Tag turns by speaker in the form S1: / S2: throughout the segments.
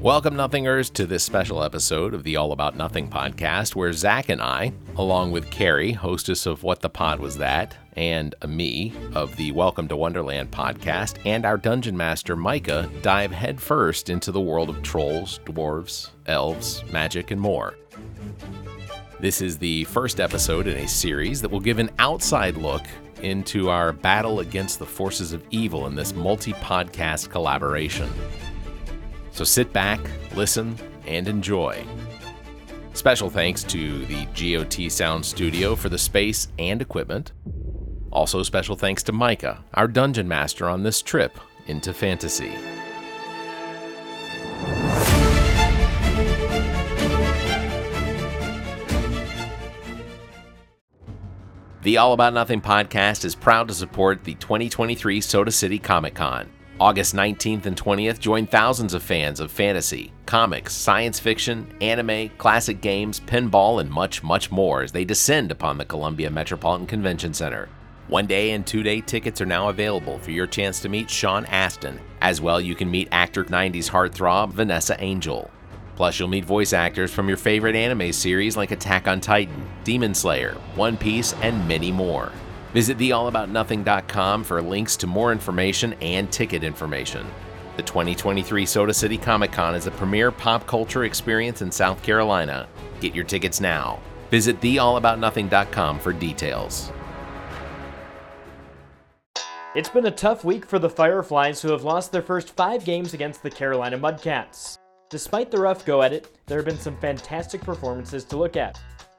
S1: Welcome, Nothingers, to this special episode of the All About Nothing podcast, where Zach and I, along with Carrie, hostess of What the Pod Was That, and me of the Welcome to Wonderland podcast, and our dungeon master, Micah, dive headfirst into the world of trolls, dwarves, elves, magic, and more. This is the first episode in a series that will give an outside look into our battle against the forces of evil in this multi podcast collaboration. So sit back, listen, and enjoy. Special thanks to the GOT Sound Studio for the space and equipment. Also, special thanks to Micah, our dungeon master on this trip into fantasy. The All About Nothing podcast is proud to support the 2023 Soda City Comic Con. August 19th and 20th, join thousands of fans of fantasy, comics, science fiction, anime, classic games, pinball, and much, much more as they descend upon the Columbia Metropolitan Convention Center. One day and two day tickets are now available for your chance to meet Sean Astin. As well, you can meet actor 90s heartthrob Vanessa Angel. Plus, you'll meet voice actors from your favorite anime series like Attack on Titan, Demon Slayer, One Piece, and many more. Visit theallaboutnothing.com for links to more information and ticket information. The 2023 Soda City Comic Con is a premier pop culture experience in South Carolina. Get your tickets now. Visit theallaboutnothing.com for details.
S2: It's been a tough week for the Fireflies, who have lost their first five games against the Carolina Mudcats. Despite the rough go at it, there have been some fantastic performances to look at.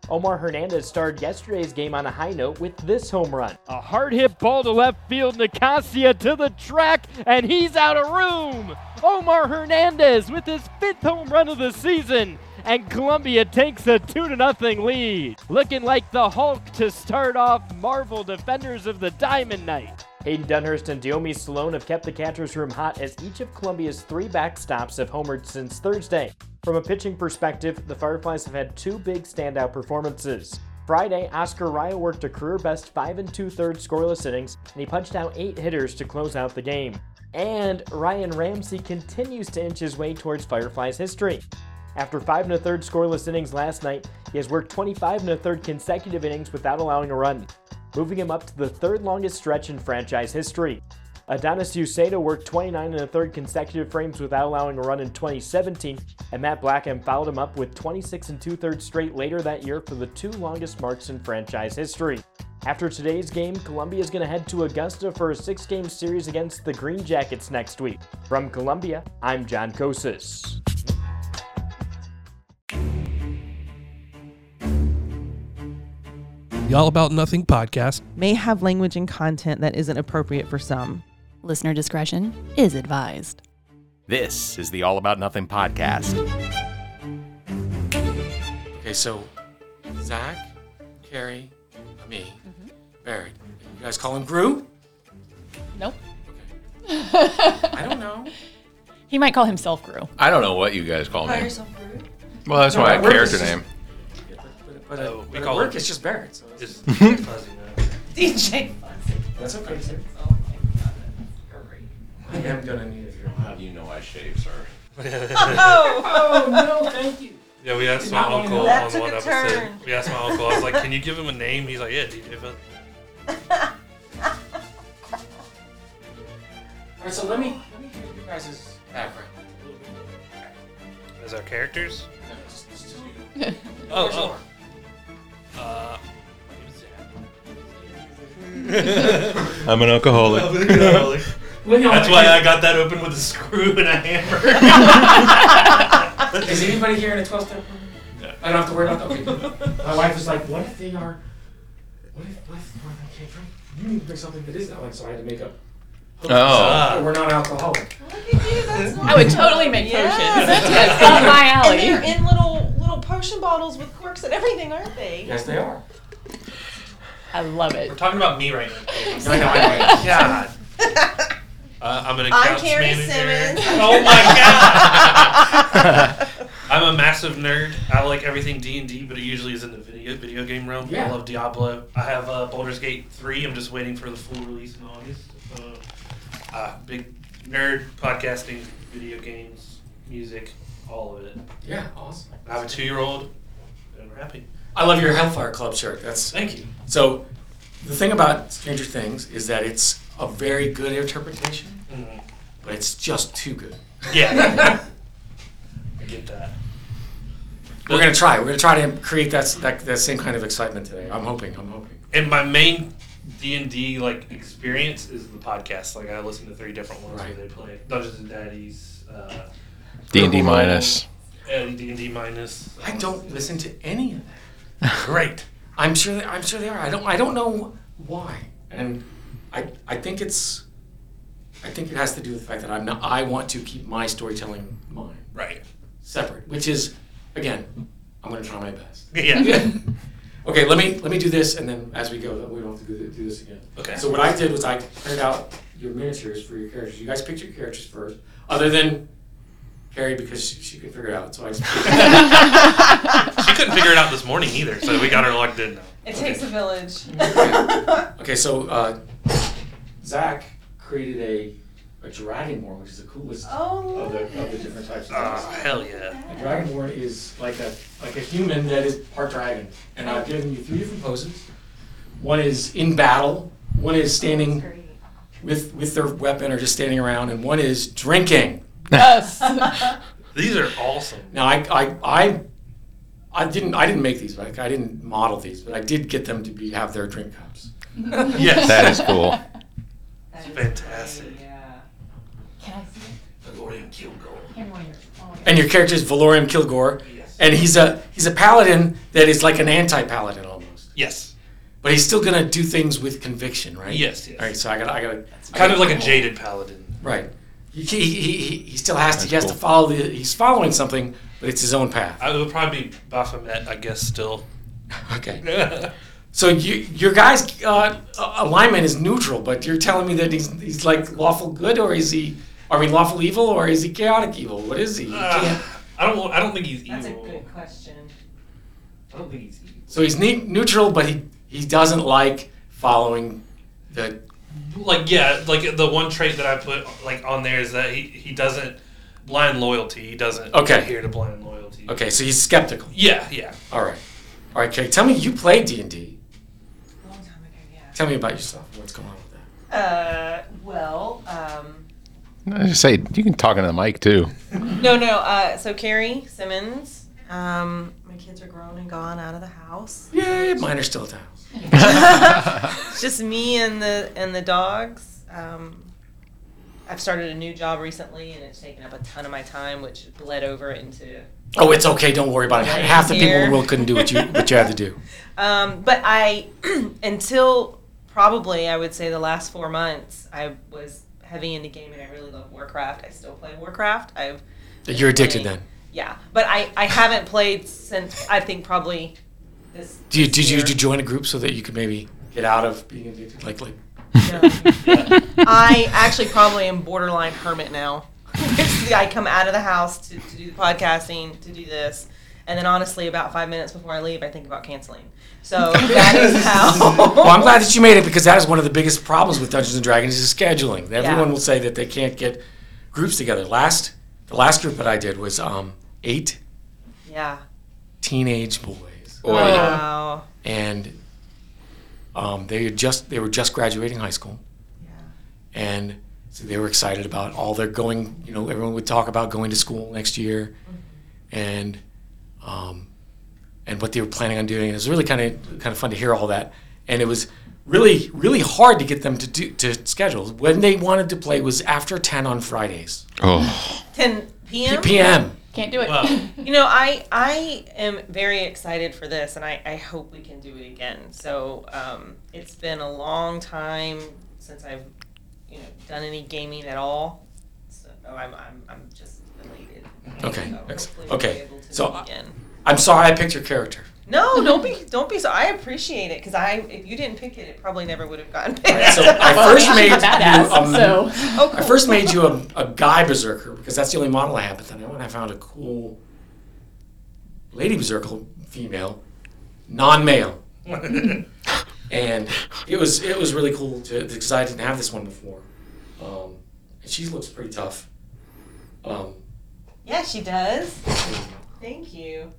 S2: Omar Hernandez started yesterday's game on a high note with this home run.
S3: A hard hit ball to left field. Nicasia to the track, and he's out of room. Omar Hernandez with his fifth home run of the season. And Columbia takes a 2 to nothing lead. Looking like the Hulk to start off Marvel Defenders of the Diamond Knight.
S2: Hayden Dunhurst and Diomi Salone have kept the catcher's room hot as each of Columbia's three backstops have homered since Thursday. From a pitching perspective, the Fireflies have had two big standout performances. Friday, Oscar Raya worked a career best five and two thirds scoreless innings, and he punched out eight hitters to close out the game. And Ryan Ramsey continues to inch his way towards Fireflies history. After five and a third scoreless innings last night, he has worked 25 and a third consecutive innings without allowing a run, moving him up to the third longest stretch in franchise history. Adonis Uceda worked 29 and a third consecutive frames without allowing a run in 2017, and Matt Blackham fouled him up with 26 and two thirds straight later that year for the two longest marks in franchise history. After today's game, Columbia is going to head to Augusta for a six game series against the Green Jackets next week. From Columbia, I'm John Kosis.
S4: The All About Nothing podcast.
S5: may have language and content that isn't appropriate for some.
S6: Listener discretion is advised.
S1: This is the All About Nothing podcast.
S7: Okay, so Zach, Carrie, me, married. You guys call him Gru?
S6: Nope.
S7: I don't know.
S6: He might call himself Gru.
S1: I don't know what you guys call me.
S8: Well, that's my
S7: at work
S8: character
S7: it's just-
S8: name.
S7: But, but,
S9: Oh, we
S7: but at
S9: call
S7: work,
S9: him-
S7: it's just Barrett. So it's,
S6: DJ.
S7: that's okay. I am gonna need it.
S1: How do you know I shave, sir?
S7: Oh no, thank you.
S9: Yeah, we asked my
S7: Not one
S9: uncle
S7: of
S9: on one episode. We asked my uncle, I was like, "Can you give him a name?" He's like, "Yeah, DJ Fuzz."
S7: All right, so let me let me hear you guys' background. a little bit.
S9: As our characters.
S7: No, just- just- just-
S9: Oh,
S7: Where's
S9: oh.
S7: Omar?
S9: Uh,
S8: I'm an
S9: oh.
S8: alcoholic.
S7: Well, no,
S9: That's why I got that open with a screw and a hammer.
S7: Is anybody here in a 12 step I don't have to worry about that. Okay. My wife was like, what if they are. What if, what if Martha came from? You need to bring something that is alcoholic, so I had to make up.
S9: Uh,
S8: Oh.
S7: But we're not alcoholic.
S6: I would totally make potions. That's
S10: Yes.
S6: up my
S10: And
S6: alley.
S10: they're in little little potion bottles with corks and everything, aren't they?
S7: Yes, they are.
S6: I love it.
S9: We're talking about me right now. "Oh
S7: I know, I know.
S9: God. Uh, I'm an
S10: I'm
S9: accounts
S10: Carrie
S9: manager.
S10: Simmons.
S9: Oh my god! I'm a massive nerd. I like everything D and D, but it usually is in the video video game realm.
S7: Yeah.
S9: I love Diablo. I have uh, Baldur's Gate three. I'm just waiting for the full release in August. Uh, uh, big nerd podcasting, video games, music. all of it.
S7: Yeah, awesome.
S9: I have a two-year-old, and we're happy.
S7: I love your Hellfire Club shirt. That's
S9: Thank you.
S7: So, the thing about Stranger Things is that it's a very good interpretation,
S9: Mhm.
S7: but it's just too good.
S9: Yeah. I get that.
S7: We're gonna try. We're gonna try to create that that, that same kind of excitement today. I'm hoping. I'm hoping.
S9: And my main D and D like experience is the podcast. Like I listen to three different ones where they play Dungeons and Daddies, uh,
S1: D&D minus.
S9: D and D minus.
S7: I don't listen to any of that.
S9: Great.
S7: I'm sure. They, I'm sure they are. I don't. I don't know why. And I. I think it's. I think it has to do with the fact that I'm not. I want to keep my storytelling mine
S9: Right.
S7: separate, which is, again, I'm gonna try my best.
S9: Yeah.
S7: Okay, let me let me do this, and then as we go, we don't have to do, th- do this again.
S9: Okay.
S7: So what I did was I printed out your miniatures for your characters. You guys picked your characters first, other than Carrie because she, she can figure it out. So I just
S9: she couldn't figure it out this morning either, so we got her logged in now.
S10: It takes a village.
S7: okay. So uh, Zach created a a dragon war, which is the coolest of, the,
S10: oh,
S7: of the different types. Of
S9: Ah,
S7: things.
S9: hell yeah.
S7: A dragon war is like a like a human that is part dragon, and I've given you three different poses. One is in battle. One is standing with with their weapon or just standing around, and one is drinking.
S9: These are awesome.
S7: Now I I I, I didn't I didn't make these, like I didn't model these, but I did get them to be have their drink cups.
S9: Yes.
S1: That is cool.
S9: It's fantastic.
S10: yeah.
S6: Can I see it?
S9: Lorian Kilgore.
S6: Hand me one of yours. I wanna-
S7: And your character is Valorium Kilgore, and he's a he's a paladin that is like an anti-paladin almost,
S9: Yes.
S7: but he's still gonna do things with conviction, right?
S9: Yes, yes.
S7: All right, so I gotta I gotta
S9: Kind of like a jaded paladin.
S7: right. He, he, he, he still has to
S1: That's
S7: he has to
S1: cool.
S7: follow the he's following something, but it's his own path.
S9: I would probably be Baphomet, I guess, still.
S7: Okay.
S9: yeah.
S7: So you, your guy's uh, alignment is neutral, but you're telling me that he's, he's like lawful good, or is he? Are we lawful evil, or is he chaotic evil? What is he? You
S9: I
S7: can't-
S9: don't. want- Ah, I don't think he's evil.
S10: That's a good question.
S9: I don't think he's evil.
S7: so he's ne- neutral, but he he doesn't like following the.
S9: Like yeah, like the one trait that I put like on there is that he, he doesn't blind loyalty. He doesn't
S7: Okay.
S9: adhere to blind loyalty.
S7: Okay, so he's skeptical.
S9: Yeah, yeah.
S7: All right, all right, Kay. Tell me, you play D and D.
S10: Long time ago,
S7: Tell me about yourself. What's going on with that?
S10: yeah. Uh, well, um,
S1: I just say you can talk into the mic too.
S10: no, no. Uh, so Carrie Simmons. Um, my kids are grown and gone out of the house.
S7: Yeah, mine are still down.
S10: It's just me and the and the dogs. Um, I've started a new job recently, and it's taken up a ton of my time, which bled over into
S7: Oh, it's okay. Don't worry about it. Half the people in
S10: Here.
S7: the world couldn't do what you what you had to do.
S10: Um, but I, until probably I would say the last four months, I was heavy into gaming. I really love Warcraft. I still play Warcraft. I've
S7: You're addicted then.
S10: yeah, but I I haven't played since I think probably this.
S7: Do you,
S10: this
S7: did you
S10: year.
S7: did you join a group so that you could maybe get out of being addicted? Like like
S6: Oh,
S10: I actually probably am borderline hermit now. I come out of the house to, to do the podcasting, to do this, and then honestly, about five minutes before I leave, I think about canceling. So that is how.
S7: Well, I'm glad that you made it because that is one of the biggest problems with Dungeons and Dragons is scheduling. Everyone
S10: Yeah.
S7: will say that they can't get groups together. Last the last group that I did was um, eight
S10: Yeah.
S7: teenage boys,
S10: Wow.
S7: and um, they had just they were just graduating high school,
S10: Yeah.
S7: and so they were excited about all their going. You know, everyone would talk about going to school next year, and um, and what they were planning on doing. It was really kind of kind of fun to hear all that, and it was really really hard to get them to do to schedule when they wanted to play was after 10 on Fridays
S1: Oh,
S10: 10 p.m.
S7: p.m.
S6: Can't do it.
S9: Wow.
S10: You know, I I am very excited for this, and I, I hope we can do it again. So um, it's been a long time since I've you know done any gaming at all. So I'm I'm, I'm just elated.
S7: Okay,
S10: So
S7: ex-
S10: hopefully
S7: okay.
S10: We'll be able to
S7: So
S10: do
S7: I-
S10: it again.
S7: I'm sorry I picked your character.
S10: No, don't be don't be so. I appreciate it because I if you didn't pick it, it probably never would have gotten picked.
S7: So I
S6: Well,
S7: first
S6: I'm
S7: made
S6: a badass,
S7: you, um,
S6: so
S10: oh,
S7: I first made you a, a guy berserker because that's the only model I have. But then I went and I found a cool lady berserker, female, non-male, and it was it was really cool to because I didn't have this one before. Um, and she looks pretty tough. Um,
S10: Yeah, she does. Thank you.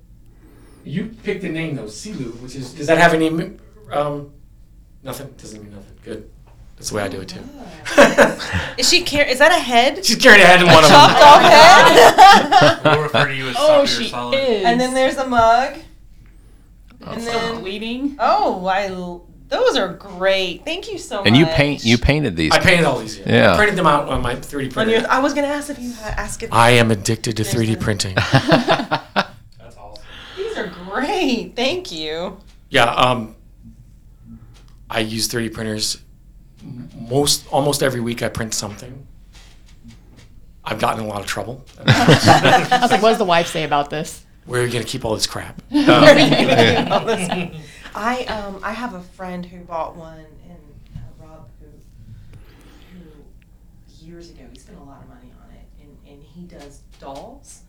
S7: You picked the name though, Silu, which is. Does that have any? m- Um, nothing. Doesn't mean nothing. Good. That's the way I do it too.
S10: Is she car- Is that a head?
S7: She's carrying a head in one of them.
S10: Chopped off head.
S9: We'll refer to you as
S11: Oh,
S9: Sapir
S11: she
S9: Solid.
S11: is.
S10: and then there's a mug. And
S11: Stop
S10: then
S11: bleeding.
S10: oh, I l- those are great. Thank you so much.
S1: And you paint you painted these.
S7: I painted all these.
S1: Yeah.
S7: I printed them out on my 3D
S10: On your,
S7: printer.
S10: I was gonna ask if you had ask if
S7: I am addicted to 3D printing.
S9: That's awesome.
S10: these are great. Thank you.
S7: Yeah, um, I use 3D printers m- most almost every week. I print something. I've gotten in a lot of trouble.
S11: I was like, what does the wife say about this?
S7: Where are you gonna keep all this crap?
S10: All this- I um I have a friend who bought one and uh, Rob who who years ago he spent a lot of money on it and, and he does dolls.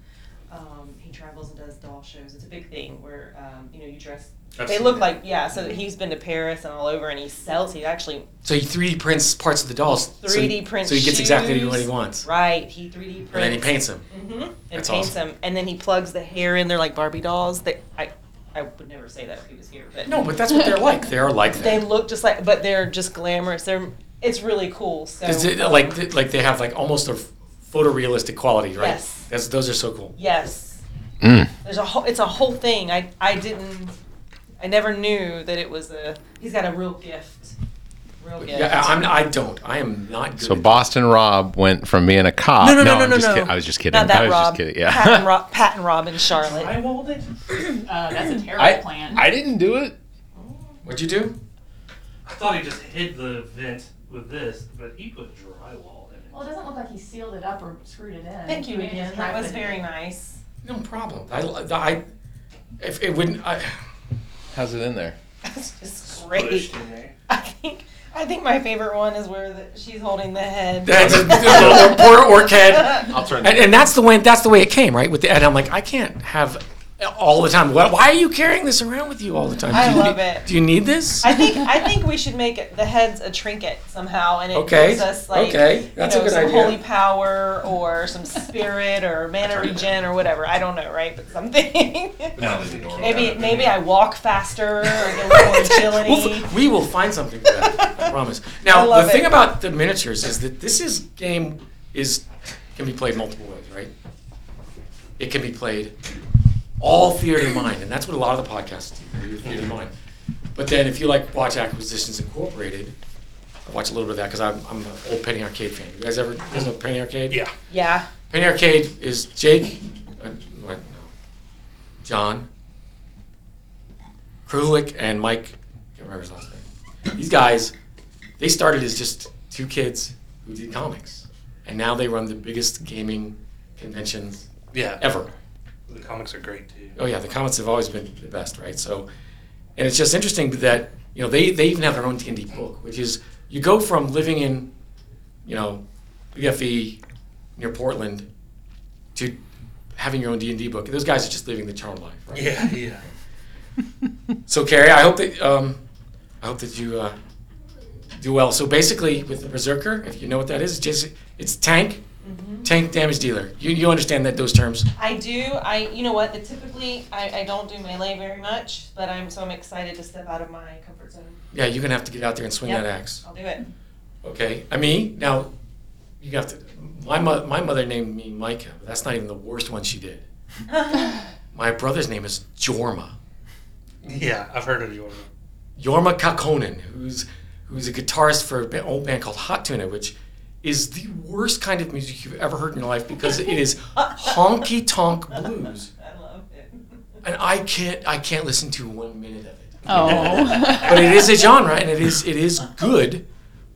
S10: Um, he travels and does doll shows. It's a big thing where um, you know you dress. They look
S9: Absolutely.
S10: like yeah. So he's been to Paris and all over and he sells. He actually
S7: So he 3D prints parts of the dolls. so he-
S10: 3D prints
S7: So he gets exactly
S10: shoes.
S7: what he wants,
S10: right he 3D prints
S7: and then he paints them.
S10: hmm and
S7: That's
S10: paints
S7: awesome.
S10: them and then he plugs the hair in. They're like Barbie dolls. They I I would never say that if he was here, but
S7: No, but that's what they're like. They are like
S10: They
S7: that.
S10: look just like, but they're just glamorous. They're it's really cool. So
S7: 'Cause it- like th- like they have like almost a photorealistic quality, right?
S10: Yes.
S7: That's, those are so cool.
S10: yes,
S1: Mm.
S10: there's a whole it's a whole thing. I I didn't I never knew that it was a. He's got a real gift. Real gift.
S7: Yeah, I- I'm. I don't. I am not good.
S1: So
S7: at-
S1: Boston Rob went from being a cop.
S10: No, no, no, no,
S1: I'm
S10: no,
S1: just
S10: no.
S1: kid- I was just kidding.
S10: Not that
S1: I was just
S10: Rob.
S1: kidding.
S10: Pat and,
S1: Yeah.
S10: Rob, Pat and Rob and Charlotte.
S9: I rolled it.
S11: Uh, that's a terrible
S1: I,
S11: plan.
S1: I didn't do it.
S7: What'd you do?
S9: I thought he just hid the vent with this, but he put drywall in it.
S11: well, it doesn't look like he sealed it up or screwed it in.
S10: Thank you
S11: Maybe
S10: again.
S11: just
S10: That was
S11: happened.
S10: very nice.
S7: No problem. I. I. If it wouldn't. I,
S1: How's it in there?
S10: That's just
S9: Pushed
S10: great.
S9: in there.
S10: I think I think my favorite one is where the, she's holding the head.
S7: That's a, a poor orc head.
S1: I'll turn.
S7: And, and that's the way that's the way it came, right? With the, and I'm like, I can't have all the time. Why, why are you carrying this around with you all the time?
S10: I
S7: do you
S10: love
S7: need,
S10: it.
S7: Do you need this?
S10: I think I think we should make it- the heads a trinket somehow, and it
S7: Okay,
S10: gives us like
S7: okay,
S10: you
S7: that's a
S10: know,
S7: good
S10: some
S7: idea.
S10: holy power or some spirit or mana regen or whatever. I don't know, right? But something. maybe maybe I walk faster or get a little more
S7: We'll
S10: agility.
S7: f- we will find something for that. I promise.
S10: I
S7: Now
S10: love
S7: the thing
S10: it.
S7: about the miniatures is that this is game is can be played multiple ways, right? It can be played all theater in mind, and that's what a lot of the podcasts do. Your theater in mind. But then if you like watch Acquisitions Incorporated, I watch a little bit of that because I'm, I'm an old Penny Arcade fan. You guys ever guys know Penny Arcade?
S9: Yeah.
S10: Yeah.
S7: Penny Arcade is Jake, uh, what, no, John, Krulik, and Mike. Can't remember his last name. These guys, they started as just two kids who did comics, and now they run the biggest gaming conventions
S9: Yeah.
S7: ever.
S9: The comics are great too.
S7: Oh yeah, the comics have always been the best, right? So, and it's just interesting that you know they, they even have their own D and D book, which is you go from living in, you know, BFE near Portland, to having your own D and D book. Those guys are just living the charmed life, right?
S9: Yeah, yeah.
S7: So Carrie, I hope that um, I hope that you uh, do well. So basically, with the Berserker, if you know what that is, it's just it's tank, tank damage dealer. You you understand that those terms?
S10: I do. I you know what? That typically I, I don't do melee very much, but I'm so I'm excited to step out of my comfort zone.
S7: Yeah, you're gonna have to get out there and swing
S10: Yep.
S7: that axe.
S10: I'll do it.
S7: Okay, I mean, now you have to. My mo- my mother named me Micah. But that's not even the worst one she did. my brother's name is Jorma.
S9: Yeah, I've heard of Jordan.
S7: Jorma Kakonen, who's who's a guitarist for an old band called Hot Tuna, which is the worst kind of music you've ever heard in your life because it is honky tonk blues,
S10: I love it.
S7: and I can't I can't listen to one minute of it.
S11: Oh.
S7: But it is a genre, and it is it is good,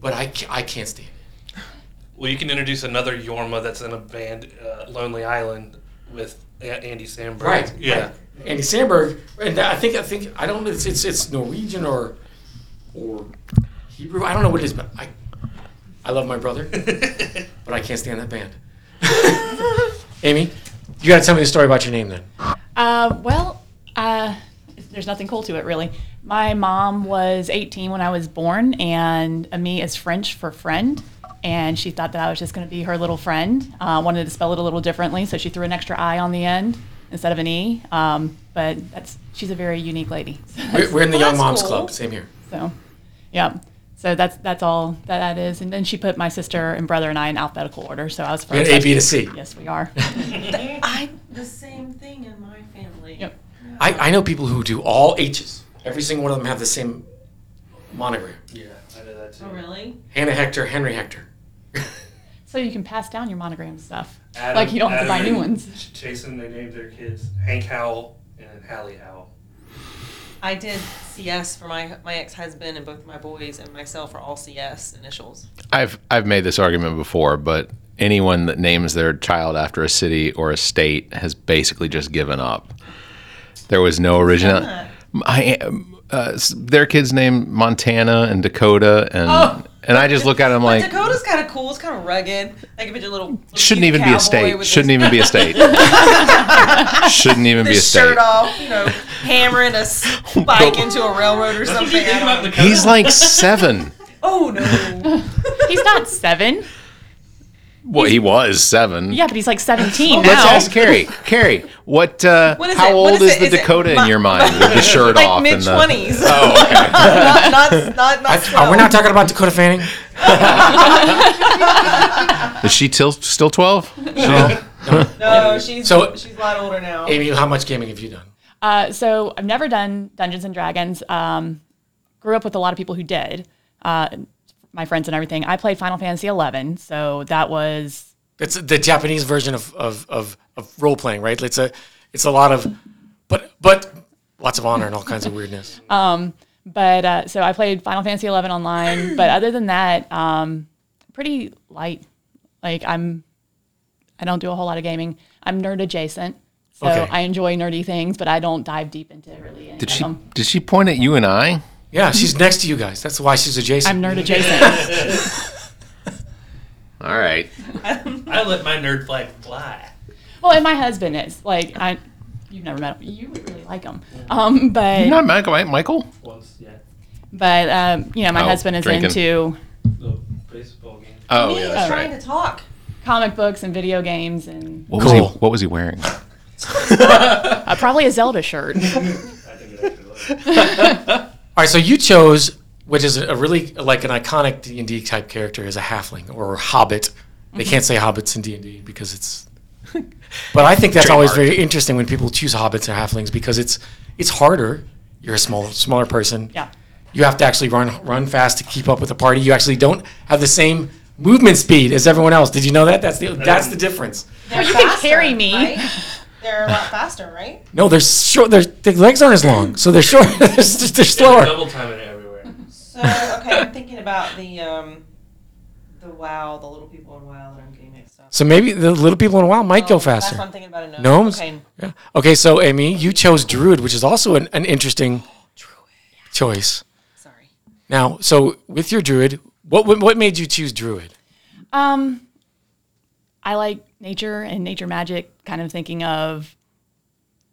S7: but I ca I can't stand it.
S9: Well, you can introduce another Yorma that's in a band, uh, Lonely Island, with a- Andy Samberg.
S7: Right.
S9: Yeah.
S7: right. Andy Sandberg, and I think I think I don't know. It's it's, it's Norwegian or or Hebrew. I don't know what it is, but I I love my brother, but I can't stand that band. Amy, you got to tell me the story about your name then.
S11: Uh, well, uh, there's nothing cool to it, really. My mom was 18 when I was born, and Ami is French for friend. and she thought that I was just going to be her little friend. Uh, wanted to spell it a little differently, so she threw an extra I on the end instead of an E. Um, but that's she's a very unique lady. So
S7: We're,
S11: that's-
S7: we're in the
S11: Well,
S7: Young
S11: that's
S7: Moms
S11: cool.
S7: Club. Same here.
S11: So, yeah. So that's that's all that that is. And then she put my sister and brother and I in alphabetical order. So I was
S7: We're
S11: first.
S7: A, B, to C.
S11: Yes, we are.
S10: Th- I the same thing in my family. Yep.
S7: I, I know people who do all H's. Every single one of them have the same monogram.
S9: Yeah, I know that
S10: Oh,
S9: too.
S10: really?
S7: Hannah Hector, Henry Hector.
S11: so you can pass down your monogram stuff.
S9: Adam-
S11: like you don't have to
S9: Adam
S11: buy new
S9: and
S11: ones.
S9: Ch- Jason, they named their kids Hank Howell and Hallie Howell.
S10: I did CS for my my ex husband and both my boys and myself are all CS initials.
S1: I've I've made this argument before, but anyone that names their child after a city or a state has basically just given up. There was no original.
S10: that?
S1: I am- uh, s- their kids name Montana and Dakota and
S10: Oh.
S1: and I just look at them
S10: But
S1: like
S10: Dakota's kind of cool. It's kind of rugged. Like if it's a little, little
S1: shouldn't
S10: cute
S1: even be a
S10: cowboy
S1: state.
S10: with
S1: Shouldn't
S10: his
S1: even be a state. Shouldn't even be a
S10: his
S1: state.
S10: shirt off, you know, hammering a spike into a railroad or something. I don't know.
S1: He's like seven.
S10: oh no,
S11: He's not seven.
S1: Well, he was seven.
S11: Yeah, but he's like seventeen
S1: Let's
S11: now.
S1: ask Carrie. Carrie, what? Uh,
S10: What is
S1: how
S10: it? What
S1: old
S10: is
S1: is
S10: it?
S1: the
S10: Is it
S1: Dakota in
S10: mi-
S1: your mind with the shirt
S10: like
S1: off?
S10: mid
S1: and the-
S10: twenties.
S1: Oh, okay.
S10: not not not, not
S7: Are
S10: 12.
S7: we not talking about Dakota Fanning?
S1: Is she till, still twelve?
S7: No. no.
S10: No, she's
S7: So-
S10: she's a lot older now.
S7: Amy, how much gaming have you done?
S11: Uh, so I've never done Dungeons and Dragons. Um, grew up with a lot of people who did. Uh, my friends and everything. I played Final Fantasy eleven, so that was
S7: It's the Japanese version of, of, of, of role playing, right? It's a it's a lot of, but but lots of honor and all kinds of weirdness.
S11: But uh, so I played Final Fantasy eleven online. but other than that, um, pretty light. Like I'm, I don't do a whole lot of gaming. I'm nerd adjacent, so
S7: Okay.
S11: I enjoy nerdy things, but I don't dive deep into really. Any
S1: Did
S11: of
S1: she?
S11: them.
S1: Did she point at you and I?
S7: Yeah, she's next to you guys. That's why she's adjacent.
S11: I'm nerd adjacent.
S1: All right.
S9: I let my nerd life fly.
S11: well, and my husband is like I. You've never met him. You would really like him. Um, but
S1: You're not Michael, right, Michael?
S9: Once, yeah.
S11: But um, you know, my
S1: Oh,
S11: husband is
S1: drinking.
S11: into
S9: The baseball game.
S1: Oh, yeah, that's
S10: trying
S1: right.
S10: to talk.
S11: comic books and video games, and
S1: What
S7: Cool.
S1: was he? What was he wearing?
S11: uh, probably a Zelda shirt.
S9: I think it actually was.
S7: All right, so you chose, which is a really like an iconic D and D type character, is a halfling or a hobbit. They can't say hobbits in D and D because it's. But I think that's always very interesting when people choose hobbits or halflings because it's it's harder. You're a small smaller person.
S11: yeah,
S7: You have to actually run run fast to keep up with the party. You actually don't have the same movement speed as everyone else. Did you know that? That's the that's the difference.
S10: They're
S11: you can carry me.
S10: right? They're a lot faster, right?
S7: No, they're short. Their their legs aren't as long, so they're short. they're, s- they're slower.
S9: Double timing it everywhere.
S10: So okay, I'm thinking about the um, the WoW, the little people in WoW that I'm getting mixed up.
S7: So maybe the little people in a while might go
S10: Gnomes,
S7: faster.
S10: That's what I'm thinking about. A gnome.
S7: Gnomes?
S10: Okay.
S7: Yeah. Okay, so Amy, you chose Druid, which is also an, an interesting choice.
S10: Sorry.
S7: Now, so with your Druid, what what- what made you choose Druid?
S11: Um, I like nature and nature magic. Kind of thinking of,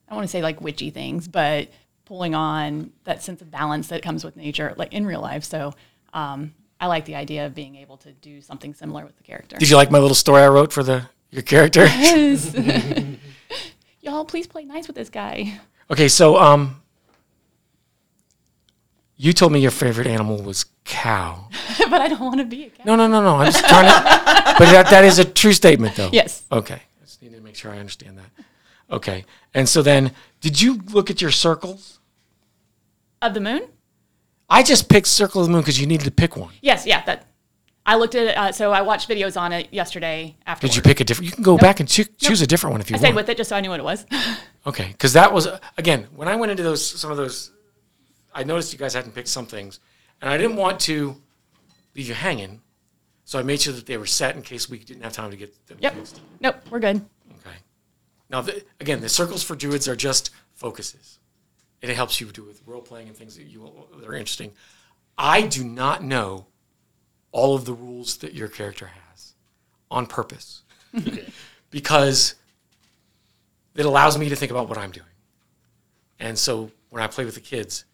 S11: I don't want to say like witchy things, but pulling on that sense of balance that comes with nature, like in real life. So, um, I like the idea of being able to do something similar with the character.
S7: Did you like my little story I wrote for the your character?
S11: Y'all, please play nice with this guy.
S7: okay, so um, you told me your favorite animal was cow.
S11: but I don't want to be a cat.
S7: No, no, no, no. I'm just trying to. but that that is a true statement, though.
S11: Yes.
S7: Okay. I just need to make sure I understand that. Okay. And so then, did you look at your circles?
S11: Of the moon?
S7: I just picked Circle of the Moon because you needed to pick one.
S11: Yes, yeah. That I looked at. it, Uh, so I watched videos on it yesterday. After
S7: Did you pick a different? You can go back and choo- choose a different one if you
S11: I stayed
S7: want.
S11: with it just so I knew what it was.
S7: Okay, because that was again when I went into those some of those, I noticed you guys hadn't picked some things, and I didn't want to leave you hanging, so I made sure that they were set in case we didn't have time to get them
S11: yep.
S7: fixed.
S11: Nope. We're good.
S7: Okay. Now, the, again, the circles for druids are just focuses, and it helps you do with role playing and things that you that are interesting. I do not know all of the rules that your character has on purpose, because it allows me to think about what I'm doing. And so when I play with the kids,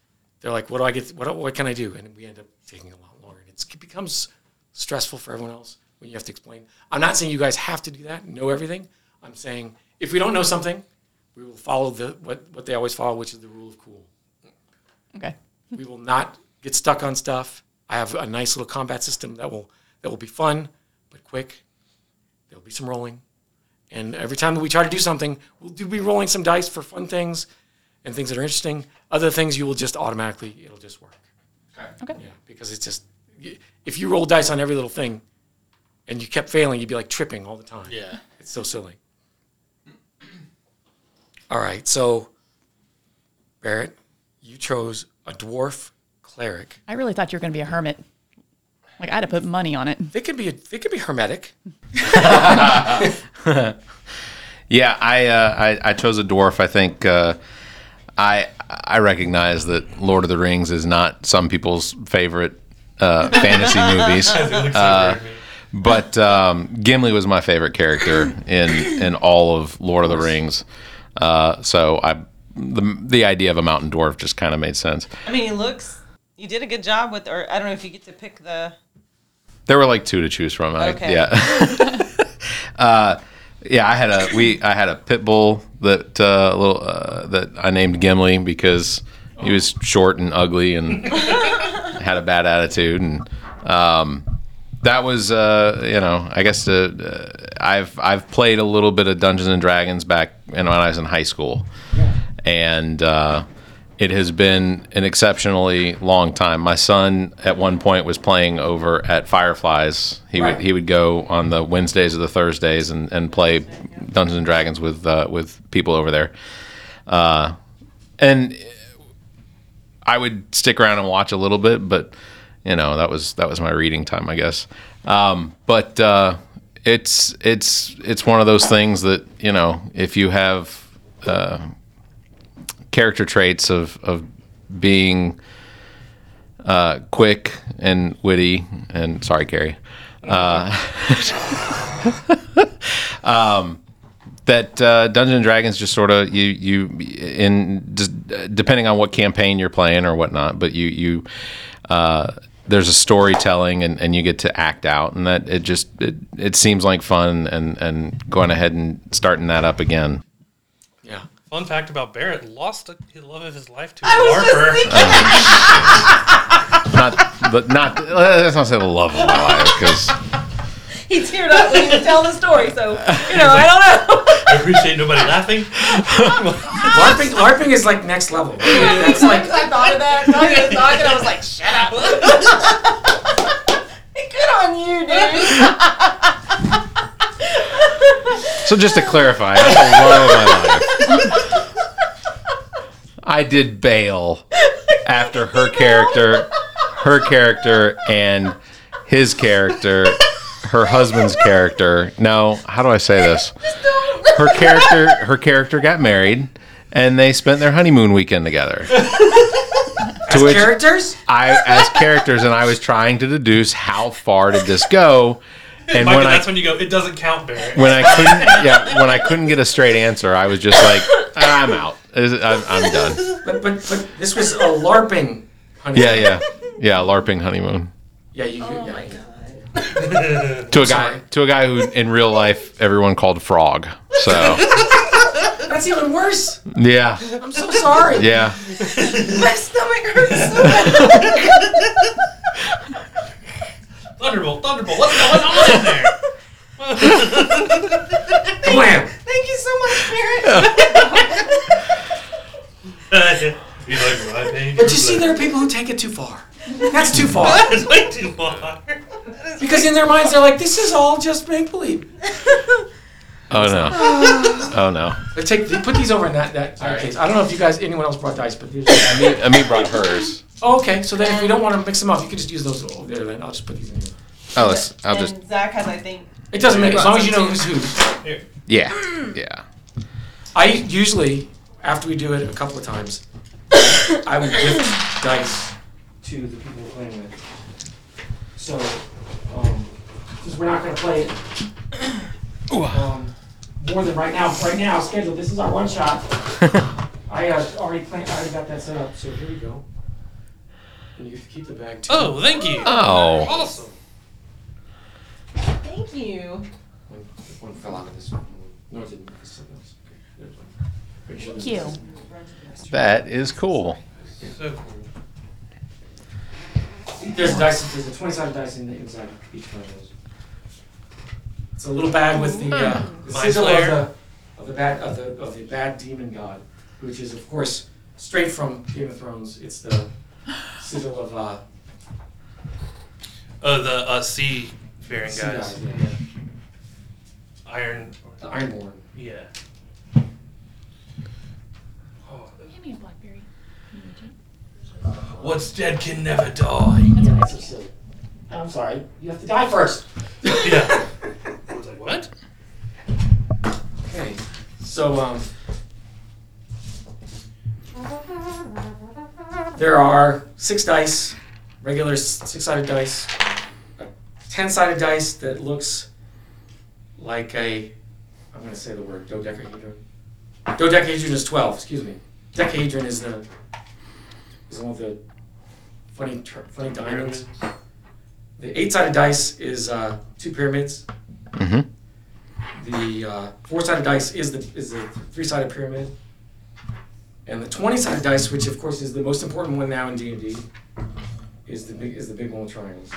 S7: they're like, "What do I get? What, what can I do?" And we end up taking a lot longer, and it's, it becomes stressful for everyone else. when you have to explain. I'm not saying you guys have to do that, know everything. I'm saying if we don't know something, we will follow the what, what they always follow, which is the rule of cool.
S11: Okay.
S7: We will not get stuck on stuff. I have a nice little combat system that will that will be fun, but quick. There'll be some rolling. And every time that we try to do something, we'll do be rolling some dice for fun things and things that are interesting. Other things you will just automatically it'll just work.
S11: Okay.
S7: Yeah, because it's just if you roll dice on every little thing and you kept failing, you'd be like tripping all the time.
S9: Yeah.
S7: It's so silly. All right, so Barrett, you chose a dwarf cleric.
S11: I really thought you were going to be a hermit. Like I'd have put money on it.
S7: They could be a, they could be hermetic.
S1: yeah, I, uh, I I chose a dwarf. I think uh, I I recognize that Lord of the Rings is not some people's favorite uh, fantasy movies, uh, but um, Gimli was my favorite character in in all of Lord of the Rings. Uh, so I the the idea of a mountain dwarf just kind of made sense.
S10: I mean, he looks. You did a good job with, or I don't know if you get to pick the.
S1: There were like two to choose from. I,
S10: Okay.
S1: Yeah. uh, yeah, I had a we I had a pit bull that uh, little uh, that I named Gimli because he was short and ugly and had a bad attitude and um, that was uh, you know I guess uh, uh, I've I've played a little bit of Dungeons and Dragons back when I was in high school and uh, it has been an exceptionally long time. My son at one point was playing over at Fireflies. He
S12: Right.
S1: would he would go on the Wednesdays or the Thursdays and, and play Dungeons and Dragons with uh, with people over there, uh, and I would stick around and watch a little bit, but you know that was that was my reading time, I guess. Um, but uh, it's it's it's one of those things that you know if you have. Uh, character traits of of being uh, quick and witty and sorry, Gary. Uh, um, that uh, Dungeons and Dragons just sort of you you in just depending on what campaign you're playing or whatnot, but you you uh, there's a storytelling and, and you get to act out and that it just it, it seems like fun and and going ahead and starting that up again.
S7: Yeah.
S9: Fun fact about Barrett: lost the love of his life to a
S10: I was just
S9: LARPer.
S10: thinking
S1: Uh. not but not let's not say the love of my life because
S10: He teared up when he was telling the story, so you know I don't know.
S9: I appreciate nobody laughing.
S7: LARPing, LARPing is like next level.
S10: It's
S7: It's
S10: like
S7: like
S10: I thought of that. I was talking. I was like, shut up. Good on you, dude.
S1: so just to clarify not the love of my life i did bail after her character her character and his character her husband's character no how do i say this her character her character got married and they spent their honeymoon weekend together
S7: As characters?
S1: I as characters, and I was trying to deduce how far did this go, and
S9: Michael,
S1: when I
S9: that's when you go, it doesn't count, Barrett.
S1: when I couldn't yeah when I couldn't get a straight answer, I was just like I'm out, Is- I'm, I'm done.
S7: but, but but this was a LARPing.
S1: Yeah, yeah, yeah. LARPing honeymoon
S7: Yeah, you. Oh yeah, my god.
S1: to a guy to a guy who in real life everyone called Frog. So
S7: That's even worse.
S1: yeah,
S7: I'm so sorry.
S1: yeah.
S10: My stomach hurts so bad.
S9: Thunderbolt, Thunderbolt, what's going on in there?
S7: Wham!
S10: Thank you so much,
S9: He's like, "My pain
S7: But you
S9: is
S7: see,
S9: like-
S7: there are people who take it too far. That's too far.
S9: It's way too far.
S7: Because in their minds, they're like, this is all just make believe.
S1: Oh no, oh no.
S7: But take, put these over in that, that case. I don't know if you guys, anyone else brought dice, but these
S1: Ami, Ami brought hers.
S7: Oh, okay, so then if you don't want to mix them up, you can just use those over there. Then I'll just put these in. Here.
S1: Oh, let's, I'll
S10: Mary.
S1: just
S10: And Zach has, I think.
S7: It doesn't matter as long as you know
S10: Brought
S7: who's
S10: some
S7: who.
S9: Here.
S1: yeah yeah.
S7: I usually, after we do it a couple of times, I would gift dice to the people we're playing with. So, um, since we're not going to play it um, more than right now, right now scheduled. This is our one shot. I uh, already planned. I already got that set up. So here we go. And you get to keep the bag too.
S9: Oh, thank you.
S1: Oh.
S9: Awesome.
S10: Thank you.
S7: One, one fell out of this one. No, it didn't. It's something else. Okay, there's one. Make sure
S11: Thank
S7: this
S11: you.
S7: is-
S1: That is cool.
S9: So cool.
S7: There's dice. There's a 20 sided dice in the inside each one of those. It's a little bag with the, uh, the
S9: Mind
S7: sigil of
S9: flare.
S7: the, of the bad of the of the bad demon god, which is of course straight from Game of Thrones. It's the sigil of uh,
S9: Oh, the uh, sea faring
S7: sea
S9: guys.
S7: god, yeah.
S9: Iron.
S7: The Ironborn.
S9: Yeah.
S11: Give me a blackberry.
S9: What's dead can never die.
S11: That's what I
S7: That's a- I'm sorry. You have to die first.
S9: yeah. I was like, what?
S7: Okay. So um, there are six dice, regular six sided dice, a ten sided dice that looks like a. I'm gonna say the word dodecahedron. Dodecahedron is twelve. Excuse me. Decahedron is the is one of the funny tr- funny diamonds. The eight sided dice is uh, two pyramids.
S1: Mm-hmm.
S7: The uh, four-sided dice is the is the three-sided pyramid, and the twenty-sided dice, which of course is the most important one now in D and D, is the big is the big one with triangles.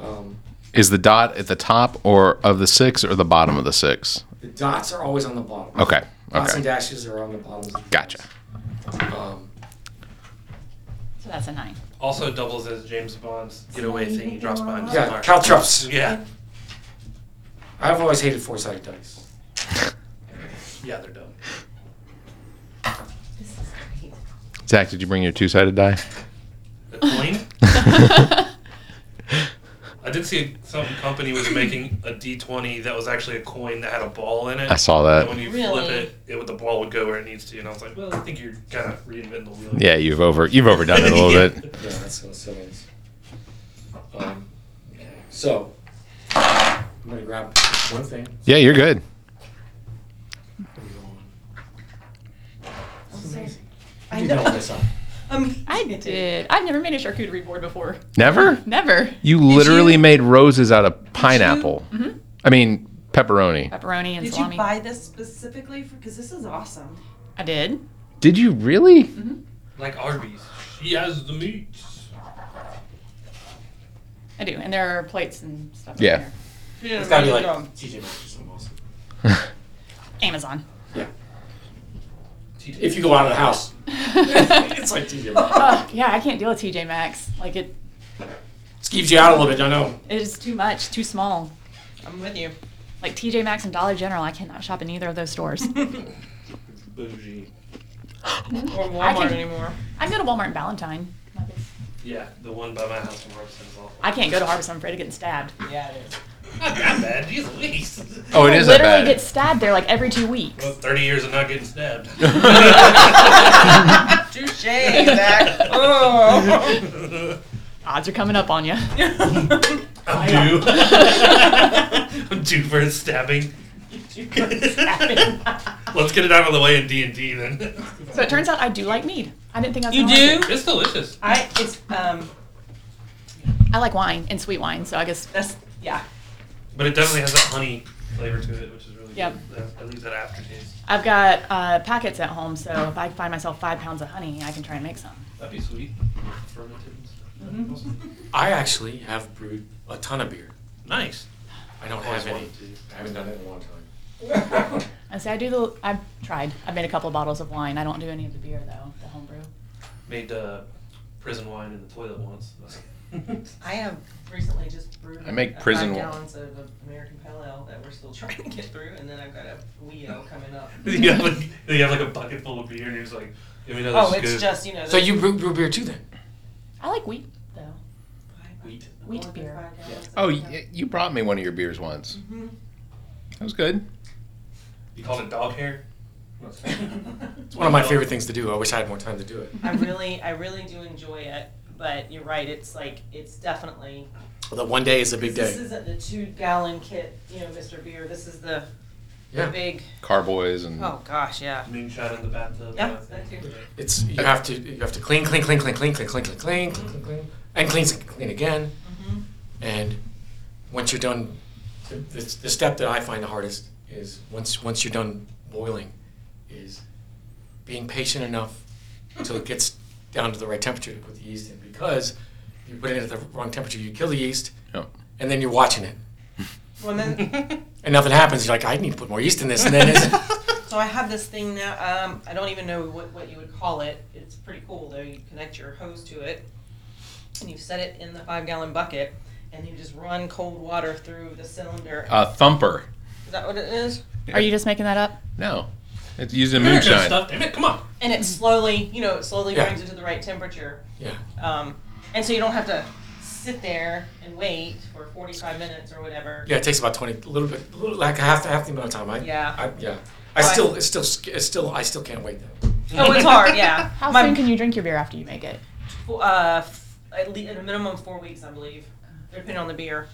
S7: Um,
S1: Is the dot at the top or of the six or the bottom of the six?
S7: the dots are always on the bottom.
S1: Okay.
S7: Dots and
S1: Okay.
S7: dashes are on the bottom.
S1: Gotcha.
S7: Um,
S11: So that's a nine.
S9: Also doubles as James Bond's getaway thing. He drops behind his
S7: yeah,
S9: car.
S7: caltrops.
S9: Yeah.
S7: I've always hated four-sided dice.
S9: Yeah, they're dumb.
S10: This is great.
S1: Zach, did you bring your two sided die?
S9: The coin? I did see some company was making a D20 that was actually a coin that had a ball in it.
S1: I saw that.
S9: And when you
S10: Really?
S9: flip it, it, would- the ball would go where it needs to. And I was like, well, I think you're kind of reinventing the wheel.
S1: yeah, you've over you've overdone it a little
S9: Yeah.
S1: bit.
S7: Yeah, that's what so is. Um, so I'm gonna grab one thing.
S1: Yeah, you're good.
S10: I
S7: You know
S10: know.
S7: this up.
S10: I'm
S11: I did. I've never made a charcuterie board before.
S1: Never?
S11: Never.
S1: You literally made roses out of pineapple. I mean pepperoni.
S11: Pepperoni and
S10: Did
S11: salami.
S10: you buy this specifically for? Because this is awesome.
S11: I did.
S1: Did you really?
S9: Like Arby's. She has the meats.
S11: I do. And there are plates and stuff.
S1: Yeah.
S11: In
S10: Yeah,
S7: It's gotta be like TJ Maxx or something awesome.
S11: there. Amazon.
S7: If you go out of the house, it's like TJ Maxx.
S11: Ugh, yeah, I can't deal with TJ Maxx. Like it,
S7: Skeeves you out a little bit, I know.
S11: it is too much, too small.
S10: I'm with you.
S11: Like TJ Maxx and Dollar General, I cannot shop in either of those stores.
S9: Bougie.
S10: Or
S11: I
S10: Walmart
S11: can-
S10: anymore.
S11: I go to Walmart and Valentine.
S9: Yeah, the one by my house in Robertson's awful.
S11: I can't go to Harvest. I'm afraid of getting stabbed.
S10: Yeah, it is.
S9: Not that bad. Jeez Louise.
S1: Oh, it is that
S11: literally
S1: bad.
S11: get stabbed there like every two weeks.
S9: Well, 30 years of not getting stabbed.
S10: Touche, Zach. oh.
S11: Odds are coming up on you.
S9: I'm due. I'm due for a stabbing. Let's get it out of the way in D and D then.
S11: So it turns out I do like mead. I didn't think I was.
S10: You
S11: gonna like
S10: do?
S11: it.
S9: It's delicious.
S10: I. It's um.
S11: I like wine and sweet wine, so I guess
S10: That's yeah.
S9: But it definitely has that honey flavor to it, which is really
S11: Yep.
S9: good. That- At least that aftertaste.
S11: I've got uh, packets at home. So if I find myself five pounds of honey, I can try and make some.
S9: That'd be sweet. Fermented and stuff. That'd be
S10: Mm-hmm.
S9: awesome.
S7: I actually have brewed a ton of beer.
S9: Nice.
S7: I don't
S9: Always
S7: have any.
S9: wanted
S7: I haven't done it in a long time.
S11: I say I do the. I've tried. I've made a couple of bottles of wine. I don't do any of the beer though. The homebrew.
S9: Made uh, prison wine in the toilet once.
S10: I have recently just brewed.
S1: I make prison
S10: five
S1: wa-
S10: gallons of American Pale Ale that we're still trying to get through, and then I've got a Leo coming up.
S9: you, have like, you have like a bucket full of beer and you're just like, give me another
S10: Oh,
S9: scoop.
S10: it's just you know.
S7: So you brew, brew beer too then?
S11: I like wheat though.
S9: wheat.
S11: Wheat beer.
S1: Oh, y- you brought me one of your beers once. That was good.
S9: You called it dog hair?
S7: It's one of my favorite things to do. I wish I had more time to do it.
S10: I really, I really do enjoy it, but you're right. It's like it's definitely.
S7: Although one day is a big
S10: This
S7: day.
S10: isn't the two gallon kit, you know, Mr. Beer. This is the, the
S7: Yeah.
S10: big.
S1: Carboys and
S10: Oh gosh, yeah.
S9: Moonshine in the bathtub.
S10: Yeah, that too.
S7: It's you have to you have to clean, clean, clean, clean, clean, clean, clean, clean, clean, clean, clean, and clean, clean again. And once you're done The, the, the step that I find the hardest is once once you're done boiling, is being patient enough until it gets down to the right temperature to put the yeast in. Because you put it at the wrong temperature, you kill the yeast,
S1: Yep.
S7: and then you're watching it,
S10: Well, then,
S7: and nothing happens. You're like, I need to put more yeast in this, and then it's,
S10: so I have this thing now. Um, I don't even know what, what you would call it. It's pretty cool though. You connect your hose to it, and you set it in the five gallon bucket, and you just run cold water through the cylinder.
S7: Uh.
S1: A uh, thumper.
S10: Is that what it is?
S11: Are you just making that up?
S1: No, it's using
S9: American
S1: moonshine.
S9: stuff, damn it, come on.
S10: And it slowly, you know, it slowly
S1: Yeah.
S10: brings it to the right temperature.
S7: Yeah.
S10: Um, and so you don't have to sit there and wait for 45 minutes or whatever.
S7: yeah, it takes about twenty, a little bit, a little, like half half the amount of time. I,
S10: Yeah.
S7: I, yeah. I
S10: Well, I-
S7: still, it's still, sc- it's still, I still can't wait though.
S10: Oh, it's hard, yeah.
S11: How
S10: My-
S11: soon can you drink your beer after you make it?
S10: Uh, f- at least at a minimum four weeks, I believe, depending on the beer.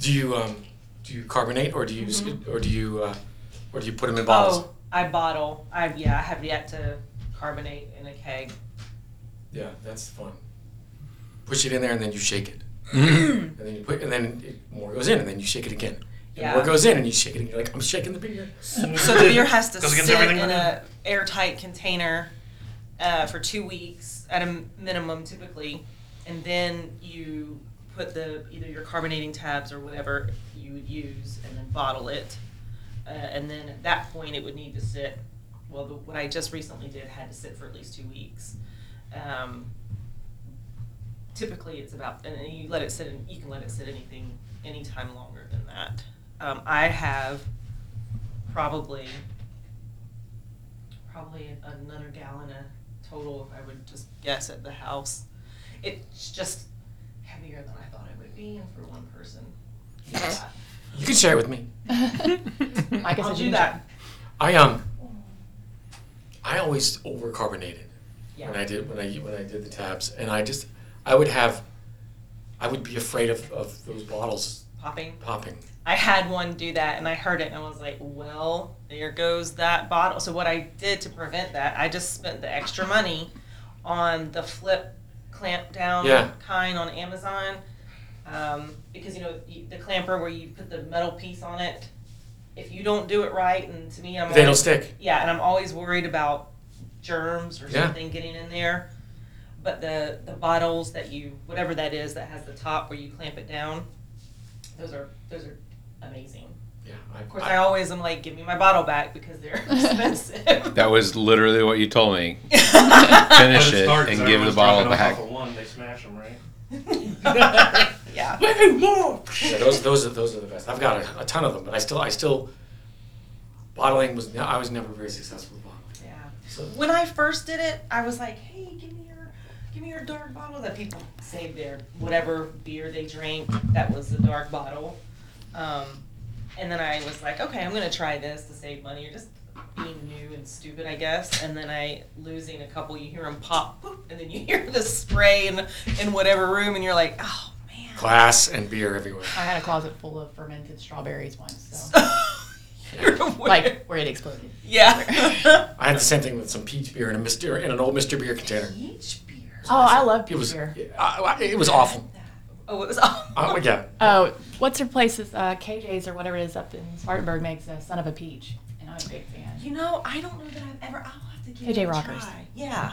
S7: Do you um, do you carbonate or do you s
S10: Mhm.
S7: or do you uh, or do you put them in bottles?
S10: Oh, I bottle. I yeah, I have yet to carbonate in a keg.
S7: Yeah, that's fun. Push it in there and then you shake it, and then you put and then it, more goes in and then you shake it again. And
S10: Yeah.
S7: More goes in and you shake it. And you're like I'm shaking the beer.
S10: So the beer has to
S7: Goes
S10: sit
S7: against
S10: in
S7: everything we
S10: a airtight container uh, for two weeks at a m- minimum, typically, and then you put the either your carbonating tabs or whatever you would use, and then bottle it. Uh, and then at that point, it would need to sit. Well, the, what I just recently did had to sit for at least two weeks. Um, typically it's about and then you let it sit in, you can let it sit anything anytime longer than that um, i have probably probably another gallon a total if i would just guess at the house it's just heavier than i thought it would be and for one person yeah.
S7: You can share it with me.
S11: Micah
S10: i'll
S11: said
S10: do
S11: you-
S10: that
S7: I um, I always overcarbonated
S10: Yeah.
S7: when I did when I when I did the tabs, and I just I would have, I would be afraid of, of those bottles
S10: popping
S7: popping.
S10: I had one do that and I heard it and I was like, well, there goes that bottle. So, what I did to prevent that, I just spent the extra money on the flip clamp down
S7: Yeah.
S10: kind on Amazon. Um, because, you know, you, the clamper where you put the metal piece on it, if you don't do it right, and to me, I'm
S7: They don't
S10: always-
S7: stick.
S10: Yeah, and I'm always worried about germs or
S7: Yeah.
S10: something getting in there. But the, the bottles that you, whatever that is that has the top where you clamp it down, those are those are amazing.
S7: Yeah,
S10: Of course, I, always am like, give me my bottle back because they're expensive.
S1: That was literally what you told me. Finish
S9: But
S1: it
S9: hard
S1: and
S9: 'cause
S1: give the
S9: everyone's
S1: bottle
S9: dropping off
S1: back.
S9: off of one, they smash 'em, right?
S10: yeah.
S7: more. those those are those are the best. I've got a, a ton of them, but I still I still bottling was ne- I was never very successful with bottling.
S10: Yeah.
S7: So
S10: When I first did it, I was like, hey, give me your give me your dark bottle that people saved their whatever beer they drank that was the dark bottle. Um, and then I was like, okay, I'm gonna try this to save money or just being new and stupid, I guess. And then I losing a couple, you hear them pop, boop, and then you hear the spray in in whatever room, and you're like, oh,
S7: glass and beer everywhere.
S11: I had a closet full of fermented strawberries once, so like where it exploded.
S10: yeah.
S7: I had the same thing with some peach beer in a Mr. in an old Mr. Beer container.
S11: Oh, I love
S7: It
S11: peach
S7: was
S11: beer.
S7: I- I- it was awful.
S10: oh, it was awful.
S7: I, yeah,
S11: Oh, what's her place? Is uh, KJ's or whatever it is up in Spartanburg makes a son of a peach, and I'm a big fan.
S10: You know, I don't know that I've ever. I'll have to give
S11: KJ
S10: it a
S11: Rockers.
S10: try. Yeah.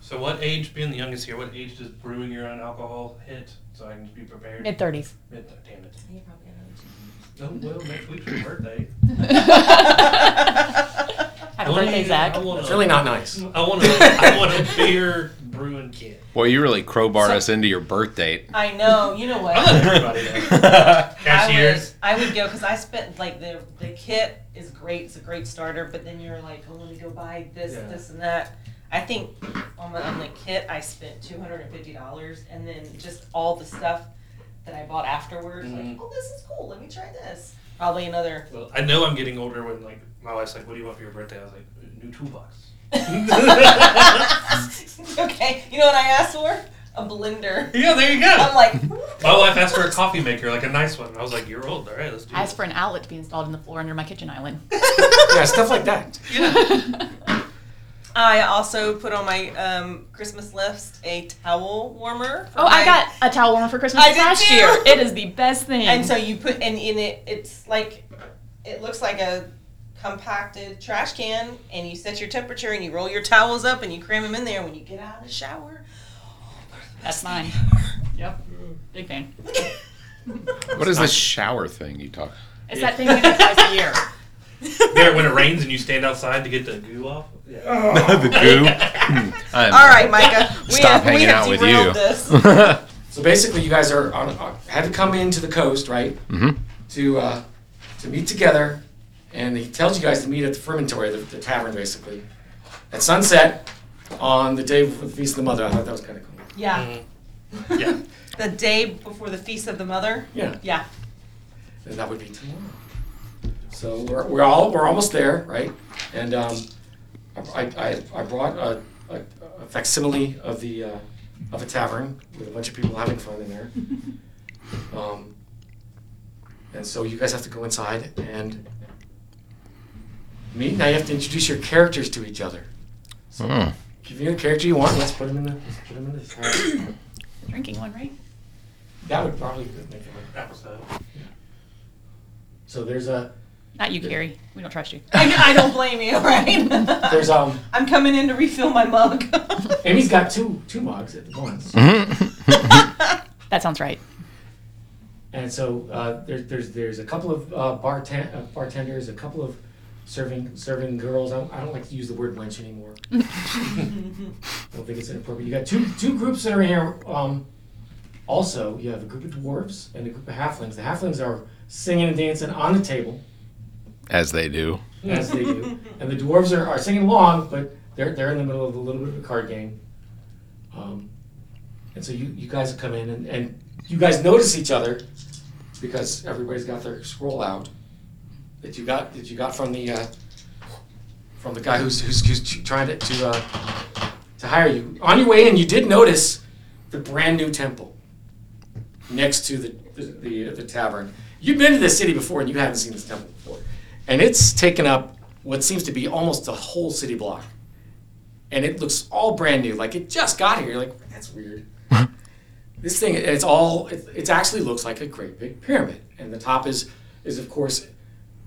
S9: So, what age, being the youngest here, what age does brewing your own alcohol hit? So I can be prepared.
S11: Mid thirties.
S9: Mid damn it. Oh, well, next week's your birthday.
S11: Happy birthday, Zach.
S9: I want
S7: It's
S9: a-
S7: really not nice.
S11: Mm.
S9: I want a, I want a beer brewing kit.
S1: Boy, you really crowbarred us into your birth date.
S10: I know. You know what?
S9: Everybody does. Cashiers.
S10: I would go because I spent like the the kit is great. It's a great starter, but then you're like, oh, let me go buy this,
S7: Yeah.
S10: this, and that. I think on, my, on the kit I spent two hundred and fifty dollars, and then just all the stuff that I bought afterwards. Like,
S9: Mhm.
S10: oh, this is cool. Let me try this. Probably another.
S9: Well, I know I'm getting older when like my wife's like, "What do you want for your birthday?" I was like, "A "New toolbox."
S10: okay. You know what I asked for? A blender.
S9: Yeah, there you go.
S10: I'm like,
S9: My wife asked for a coffee maker, like a nice one. I was like, "You're old, all right, let's do
S11: I asked
S9: it."
S11: for an
S10: Oh,
S11: outlet to be installed in the floor under my kitchen island.
S7: yeah, stuff like that.
S10: I also put on my um, Christmas list a towel warmer. for
S11: Oh, I
S10: my-
S11: got a towel warmer for Christmas
S10: I did
S11: last
S10: too.
S11: year. It is the best thing.
S10: And so you put and in it, it's like it looks like a compacted trash can, and you set your temperature, and you roll your towels up, and you cram them in there. When you get out of the shower,
S11: that's mine. Yep, big fan.
S1: What is this shower thing you talk?
S11: It's that thing you do twice a year.
S9: there, when it rains and you stand outside to get the goo off.
S1: the goo. Hmm, I'm-
S10: All right, Micah. We
S1: Stop
S10: have- we
S1: hanging
S10: have
S1: out with
S10: derailed
S1: you.
S10: this.
S7: So basically, you guys are on, on had to come into the coast, right?
S1: Mhm.
S7: To uh, to meet together, and he tells you guys to meet at the fermentory, the, the tavern, basically, at sunset on the day of the feast of the mother. I thought that was kind of cool.
S10: yeah.
S9: Yeah.
S10: the day before the feast of the mother.
S7: Yeah.
S10: Yeah.
S7: And that would be tomorrow. So we're, we're all we're almost there, right? And um, I, I, I brought a, a, a facsimile of the uh, of a tavern with a bunch of people having fun in there. Um, and so you guys have to go inside and meet. Now you have to introduce your characters to each other. So
S1: Hmm.
S7: give me a character you want. Let's put him in the. Let's put him in the tavern.
S11: Drinking one, right?
S7: that would probably make it work.
S9: Oh.
S7: So there's a.
S11: Not you, Carrie. We don't trust you.
S10: I, I don't blame you, right?
S7: There's um.
S10: I'm coming in to refill my mug.
S7: Amy's got two two mugs at the once,
S11: That sounds right.
S7: and so uh, there's there's there's a couple of uh, bartend uh, bartenders, a couple of serving serving girls. I don't, I don't like to use the word wench anymore. I don't think it's inappropriate. You got two two groups that are in here. Um, also, you have a group of dwarves and a group of halflings. The halflings are singing and dancing on the table
S1: As they do.
S7: as they do, and the dwarves are, are singing along, but they're they're in the middle of a little bit of a card game. Um, and so you, you guys come in and, and you guys notice each other because everybody's got their scroll out that you got that you got from the uh, from the guy who's who's, who's trying to to, uh, to hire you. On your way in, you did notice the brand new temple next to the the, the, the tavern. You've been to this city before and you haven't seen this temple before, and it's taken up what seems to be almost the whole city block, and it looks all brand new. Like it just got here. You're like that's weird. this thing, it's all. It, it actually looks like a great big pyramid, and the top is is of course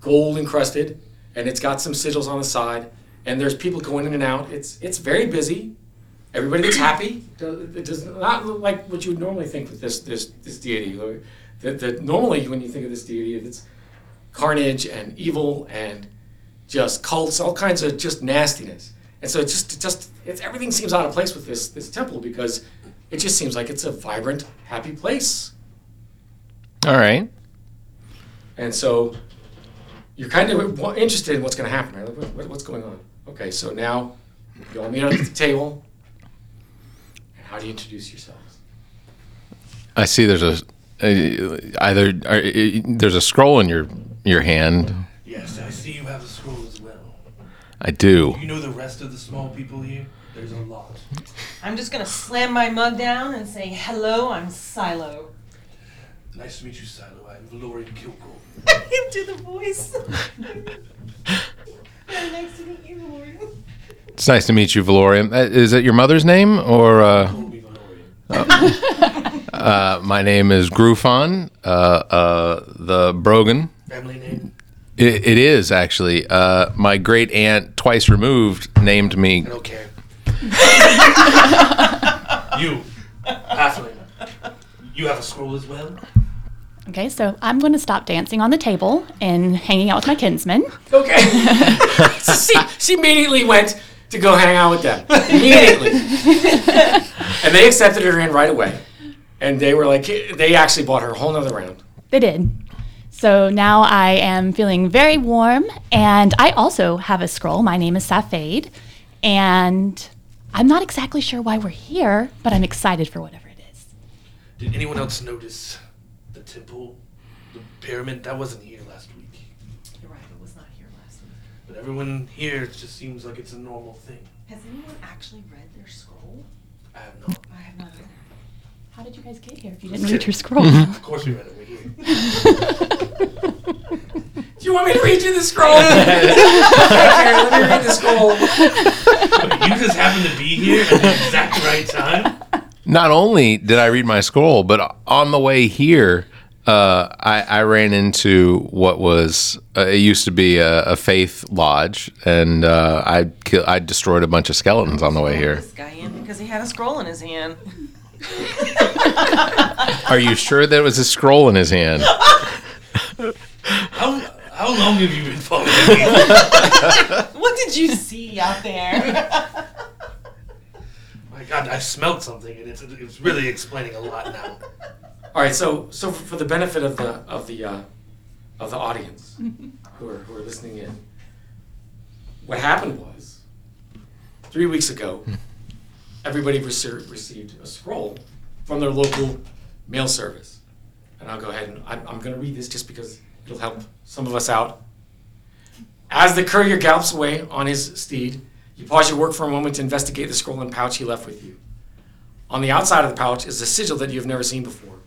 S7: gold encrusted, and it's got some sigils on the side. And there's people going in and out. It's it's very busy. Everybody looks happy. Does- It does not look like what you would normally think with this this this deity. Like, That that normally when you think of this deity, it's carnage and evil and just cults, all kinds of just nastiness. And so it just it just it's everything seems out of place with this this temple because it just seems like it's a vibrant, happy place.
S1: All right.
S7: And so you're kind of wa- interested in what's going to happen. Right? Like, what- what- what's going on? Okay, so now you all meet up at the table. And how do you introduce yourselves?
S1: I see. There's a uh, either uh, there's a scroll in your your hand.
S9: Yes, I see you have a scroll as well.
S1: I do.
S9: You know the rest of the small people here. There's a lot.
S10: I'm just gonna slam my mug down and say, "Hello, I'm Silo."
S9: Nice to meet you, Silo. I'm Valorian Kilgore.
S10: Do the voice. Very nice to meet you, Lord.
S1: It's nice to meet you, Valorian. Uh, Is that your mother's name or? Uh, uh, uh, my name is Grufon, uh, uh, the Brogan.
S9: Family name?
S1: It, it is actually. Uh, my great aunt, twice removed, named me.
S9: I don't care. you, Halfling. You have a scroll as well.
S11: Okay, so I'm going to stop dancing on the table and hanging out with my kinsmen.
S7: Okay. she, she immediately went to go hang out with them. Immediately. and they accepted her in right away. And they were like, they actually bought her a whole nother round.
S11: They did. So now I am feeling very warm, and I also have a scroll. My name is Safade, and I'm not exactly sure why we're here, but I'm excited for whatever it is.
S9: Did anyone else notice the temple, the pyramid? That wasn't here last week.
S10: You're right. It was not here last week.
S9: But everyone here it just seems like it's a normal thing.
S10: Has anyone actually read their scroll?
S9: I have not.
S10: I have not. Either.
S11: How did you guys get here if you
S9: Just
S11: didn't read
S9: kidding.
S11: your scroll?
S9: of course we read it. We're here.
S7: Do you want me to read you the scroll? okay, Karen, let me read the scroll.
S9: you just happen to be here at the exact right time.
S1: Not only did I read my scroll, but on the way here, uh, I, I ran into what was uh, it used to be a, a faith lodge, and uh, I kill, I destroyed a bunch of skeletons on the way here.
S10: This guy in because he had a scroll in his hand.
S1: Are you sure that it was a scroll in his hand?
S9: How, how long have you been following me?
S10: what did you see out there?
S9: My God, I smelled something, and it's it's really explaining a lot now.
S7: All right, so so for for the benefit of the of the uh, of the audience who are who are listening in, what happened was three weeks ago, everybody rece- received a scroll from their local mail service, and I'll go ahead and I'm, I'm going to read this just because it'll help some of us out. As the courier gallops away on his steed, you pause your work for a moment to investigate the scroll and pouch he left with you. On the outside of the pouch is a sigil that you have never seen before,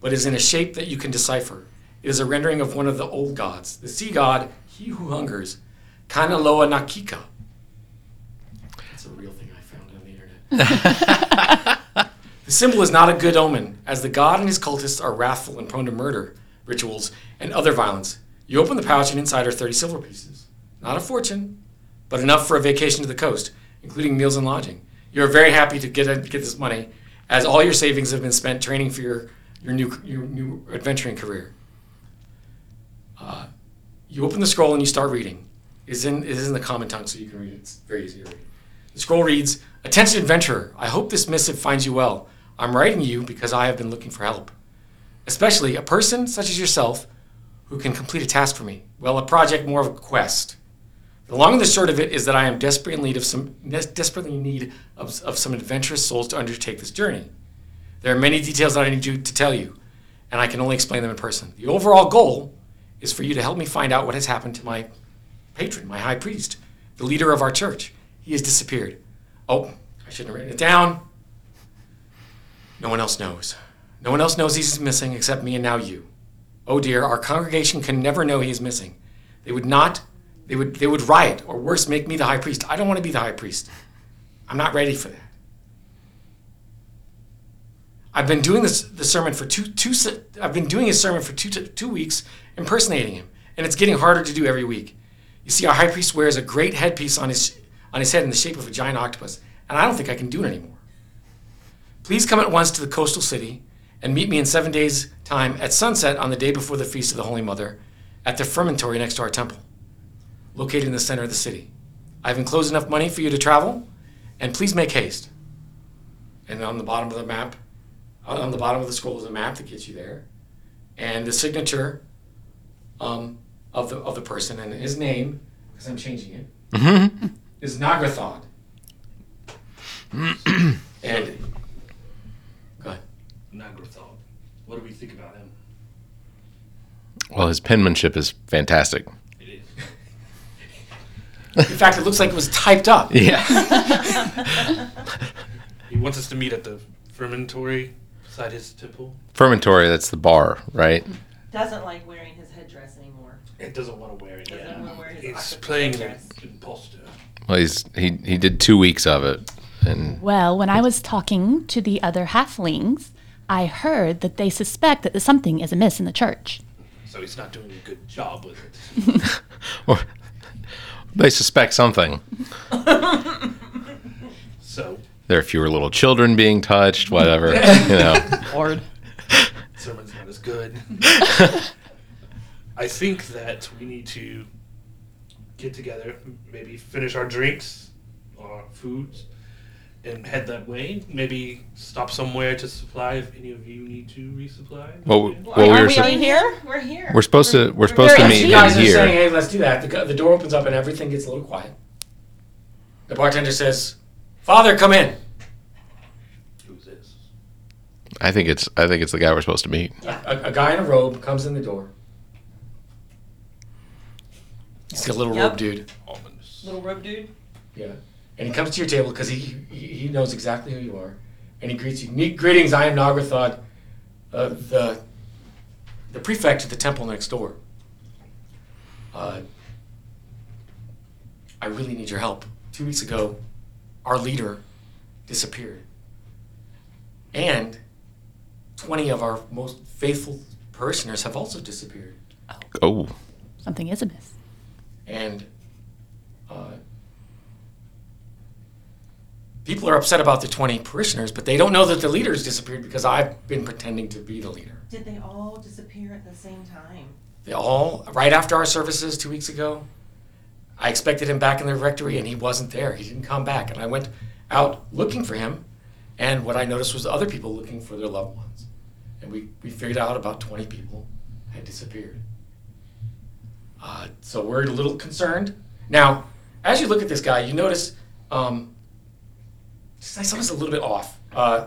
S7: but is in a shape that you can decipher. It is a rendering of one of the old gods, the sea god, he who hungers, Kanaloa Nakika. That's a real thing I found on the internet. the symbol is not a good omen, as the god and his cultists are wrathful and prone to murder, rituals, and other violence. You open the pouch, and inside are 30 silver pieces. Not a fortune, but enough for a vacation to the coast, including meals and lodging. You're very happy to get, get this money, as all your savings have been spent training for your, your, new, your new adventuring career. Uh, you open the scroll and you start reading. It's in, it is in the common tongue, so you can read it. It's very easy to read. The scroll reads Attention, adventurer, I hope this missive finds you well. I'm writing you because I have been looking for help, especially a person such as yourself who can complete a task for me. Well, a project, more of a quest. The long and the short of it is that I am desperately in need of some desperately in need of, of some adventurous souls to undertake this journey. There are many details that I need you to tell you, and I can only explain them in person. The overall goal is for you to help me find out what has happened to my patron, my high priest, the leader of our church. He has disappeared. Oh, I shouldn't have written it down. No one else knows. No one else knows he's missing except me and now you. Oh dear, our congregation can never know he is missing. They would not they would they would riot or worse make me the high priest. I don't want to be the high priest. I'm not ready for that. I've been doing this the sermon for two two se- I've been doing his sermon for two two weeks impersonating him, and it's getting harder to do every week. You see, our high priest wears a great headpiece on his on his head in the shape of a giant octopus, and I don't think I can do it anymore. Please come at once to the coastal city and meet me in seven days' time at sunset on the day before the feast of the Holy Mother, at the fermentory next to our temple located in the center of the city. I've enclosed enough money for you to travel, and please make haste. And on the bottom of the map, uh, on the bottom of the scroll is a map that gets you there, and the signature um, of the of the person and his name, because I'm changing it, is Nagathod. and go ahead.
S9: Nagrathal. What do we think about him?
S1: Well, his penmanship is fantastic.
S7: In fact, it looks like it was typed up.
S1: Yeah.
S9: He wants us to meet at the fermentory beside his temple.
S1: Fermentory, that's the bar, right?
S10: Doesn't like wearing his headdress anymore.
S9: It doesn't want to wear it.
S10: Doesn't want to wear his
S9: It's
S10: octopus
S9: playing an
S10: headdress.
S9: imposter.
S1: Well, he's he he did two weeks of it, and
S11: Well, when I was talking to the other halflings, I heard that they suspect that something is amiss in the church.
S9: So he's not doing a good job with it.
S1: they suspect something.
S9: So
S1: There are fewer little children being touched, whatever. you know.
S9: Hard. Sermon's not as good. I think that we need to get together, maybe finish our drinks or our foods, and head that way. Maybe stop somewhere to supply if any of you need to resupply.
S1: Well, w- well, we
S10: are
S1: were
S10: we
S1: sup-
S10: in here? We're here.
S1: We're supposed to we're supposed to
S7: Hey,
S1: meet
S7: you guys
S1: him
S7: are saying,
S1: here.
S7: hey, let's do that. The, gu- the door opens up and everything gets a little quiet. The bartender says, Father, come in.
S9: Who's this?
S1: I think it's I think it's the guy we're supposed to meet.
S7: A, a guy in a robe comes in the door. He's a little
S10: Yep.
S7: robe dude.
S10: Little robe dude.
S7: Yeah. And he comes to your table because he, he he knows exactly who you are. And he greets you. "Ne- Greetings, I am Nagrathod, uh, the, the prefect of the temple next door. Uh, I really need your help. Two weeks ago, our leader disappeared. And 20 of our most faithful parishioners have also disappeared.
S13: Oh.
S6: Something is amiss.
S7: And uh, people are upset about the 20 parishioners, but they don't know that the leader's disappeared because I've been pretending to be the leader.
S10: Did they all disappear at the same time?
S7: They all, right after our services two weeks ago, I expected him back in the rectory and he wasn't there. He didn't come back. And I went out looking for him, and what I noticed was other people looking for their loved ones. And we, we figured out about 20 people had disappeared. Uh, so we're a little concerned. Now, as you look at this guy, you notice um, something's a little bit off. Uh,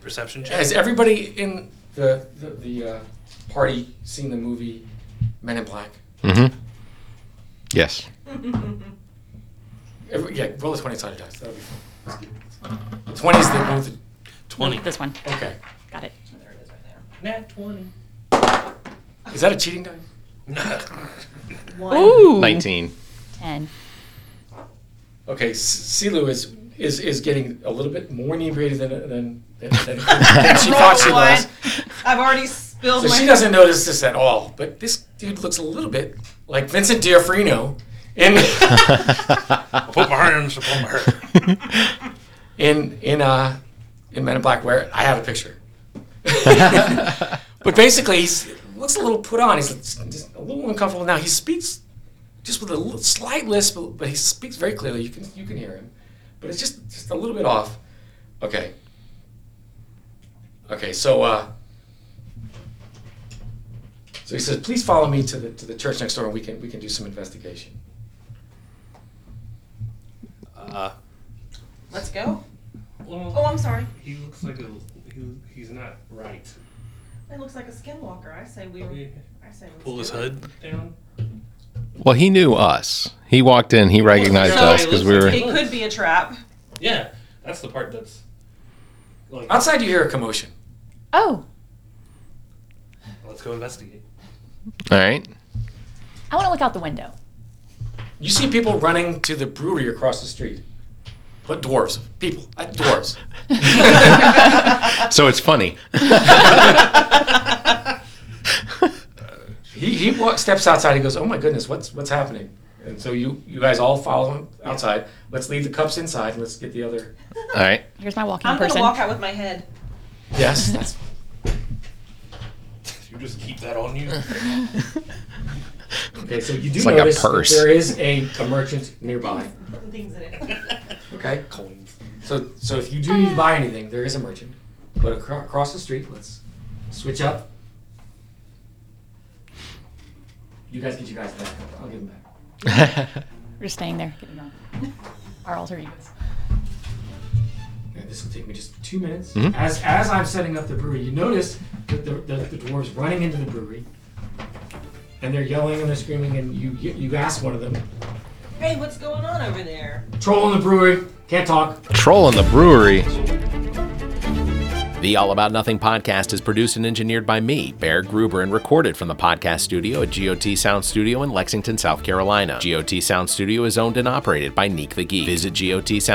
S9: Perception check.
S7: has everybody in the the, the uh, party seen the movie Men in Black?
S13: Mm-hmm. Yes.
S7: Every, yeah, roll a twenty sided dice. That'll be fun. Twenty is the one. With the,
S9: 20.
S6: This one.
S7: Okay.
S6: Got it.
S9: Nat 20.
S7: Is that a cheating dice?
S10: One.
S6: Ooh.
S13: 19.
S6: 10.
S7: Okay, S- Silu is is is getting a little bit more inebriated than than, than, than she
S11: Roll
S7: thought she
S11: one.
S7: was.
S11: I've already spilled
S7: So
S11: my.
S7: she doesn't notice this at all. But this dude looks a little bit like Vincent D'Onofrio in
S9: Put my hands upon my head.
S7: in in uh in Men in Black where I have a picture. but basically, he looks a little put on. He's just a little uncomfortable now. He speaks just with a little slight lisp, but he speaks very clearly. You can you can hear him, but it's just just a little bit off. Okay. Okay, so uh, so he says, please follow me to the to the church next door, and we can we can do some investigation.
S9: Uh,
S11: Let's go.
S9: well,
S10: Oh, I'm sorry.
S9: He looks like a. He, he's not right.
S10: It looks like a skinwalker. I say we. I say we
S9: Pull his hood down.
S13: Well, he knew us. He walked in. He recognized
S9: So
S13: us because we were.
S11: It could be a trap.
S9: Yeah, that's the part that's. Like,
S7: Outside, you hear a commotion.
S6: Oh,
S9: let's go investigate.
S13: All right.
S6: I want to look out the window.
S7: You see people running to the brewery across the street. But dwarves, people, uh, dwarves.
S13: So it's funny.
S7: He, he wa- steps outside. He goes, "Oh my goodness, what's what's happening?" And so you you guys all follow him outside. Let's leave the cups inside. Let's get the other.
S13: All right.
S6: Here's my walking
S11: I'm
S6: person.
S11: gonna walk out with my head.
S7: Yes, that's
S9: You just keep that on you.
S7: okay. So you do
S13: It's like a
S7: notice that
S13: purse.
S7: there is a, a merchant nearby.
S10: Things in it.
S7: Okay, coins. So so if you do need to buy anything, there is a merchant. But acro- across the street, let's switch up. You guys get you guys back. I'll give them back.
S6: We're just staying there. Getting drunk. Our alter egos.
S7: Okay, this will take me just two minutes. As as I'm setting up the brewery, you notice that the, the, the dwarves running into the brewery, and they're yelling and they're screaming, and you you ask one of them,
S11: Hey, what's going on over there?
S7: "Troll in the brewery, can't talk."
S13: Trolling the brewery.
S1: The All About Nothing podcast is produced and engineered by me, Bear Gruber, and recorded from the podcast studio at GOT Sound Studio in Lexington, South Carolina. GOT Sound Studio is owned and operated by Neek the Geek. Visit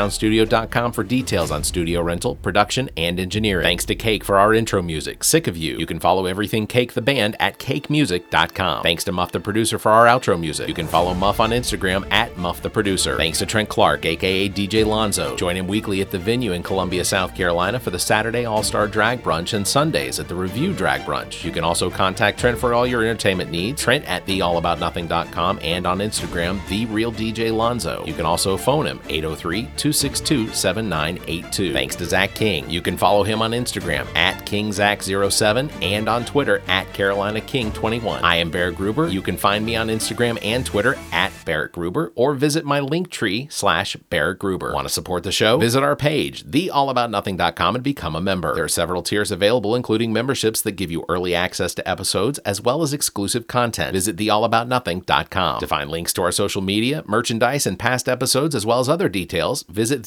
S1: GOTSoundstudio.com for details on studio rental, production, and engineering. Thanks to Cake for our intro music, Sick of You. You can follow everything Cake the Band at cakemusic.com. Thanks to Muff the Producer for our outro music. You can follow Muff on Instagram at Muff the Producer. Thanks to Trent Clark, aka DJ Lonzo. Join him weekly at the venue in Columbia, South Carolina for the Saturday All Star Drag Brunch and Sundays at the Review Drag Brunch. You can also contact Trent for all your entertainment needs, Trent at theallaboutnothing.com and on Instagram, The Real DJ Lonzo. You can also phone him, 803 262 7982. Thanks to Zach King. You can follow him on Instagram at KingZach07 and on Twitter at Carolina King21. I am Bear Gruber. You can find me on Instagram and Twitter at Barrett Gruber or visit my link tree slash Barrett Gruber. Want to support the show? Visit our page, theallaboutnothing.com, and become a member. There are several tiers available, including memberships that give you early access to episodes as well as exclusive content. Visit theallaboutnothing.com. To find links to our social media, merchandise, and past episodes, as well as other details, visit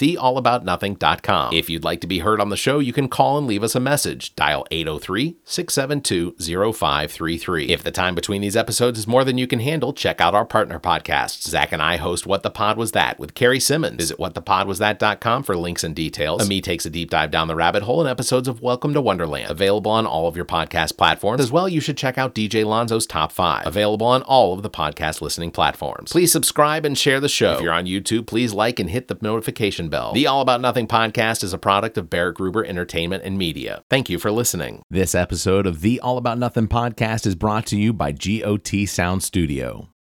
S1: theallaboutnothing.com. If you'd like to be heard on the show, you can call and leave us a message. Dial 803 672 0533. If the time between these episodes is more than you can handle, check out our partner podcasts. Zach and I host What the Pod Was That with Carrie Simmons. Visit whatthepodwasthat.com for links and details. Ami takes a deep dive down the rabbit hole in episodes of Welcome to Wonderland, available on all of your podcast platforms. As well, you should check out DJ Lonzo's Top 5, available on all of the podcast listening platforms. Please subscribe and share the show. If you're on YouTube, please like and hit the notification bell. The All About Nothing podcast is a product of Barrett Gruber Entertainment and Media. Thank you for listening. This episode of the All About Nothing podcast is brought to you by GOT Sound Studio.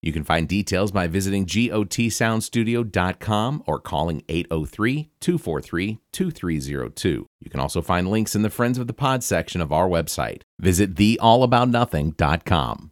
S1: You can find details by visiting gotsoundstudio.com or calling 803 243 2302. You can also find links in the Friends of the Pod section of our website. Visit theallaboutnothing.com.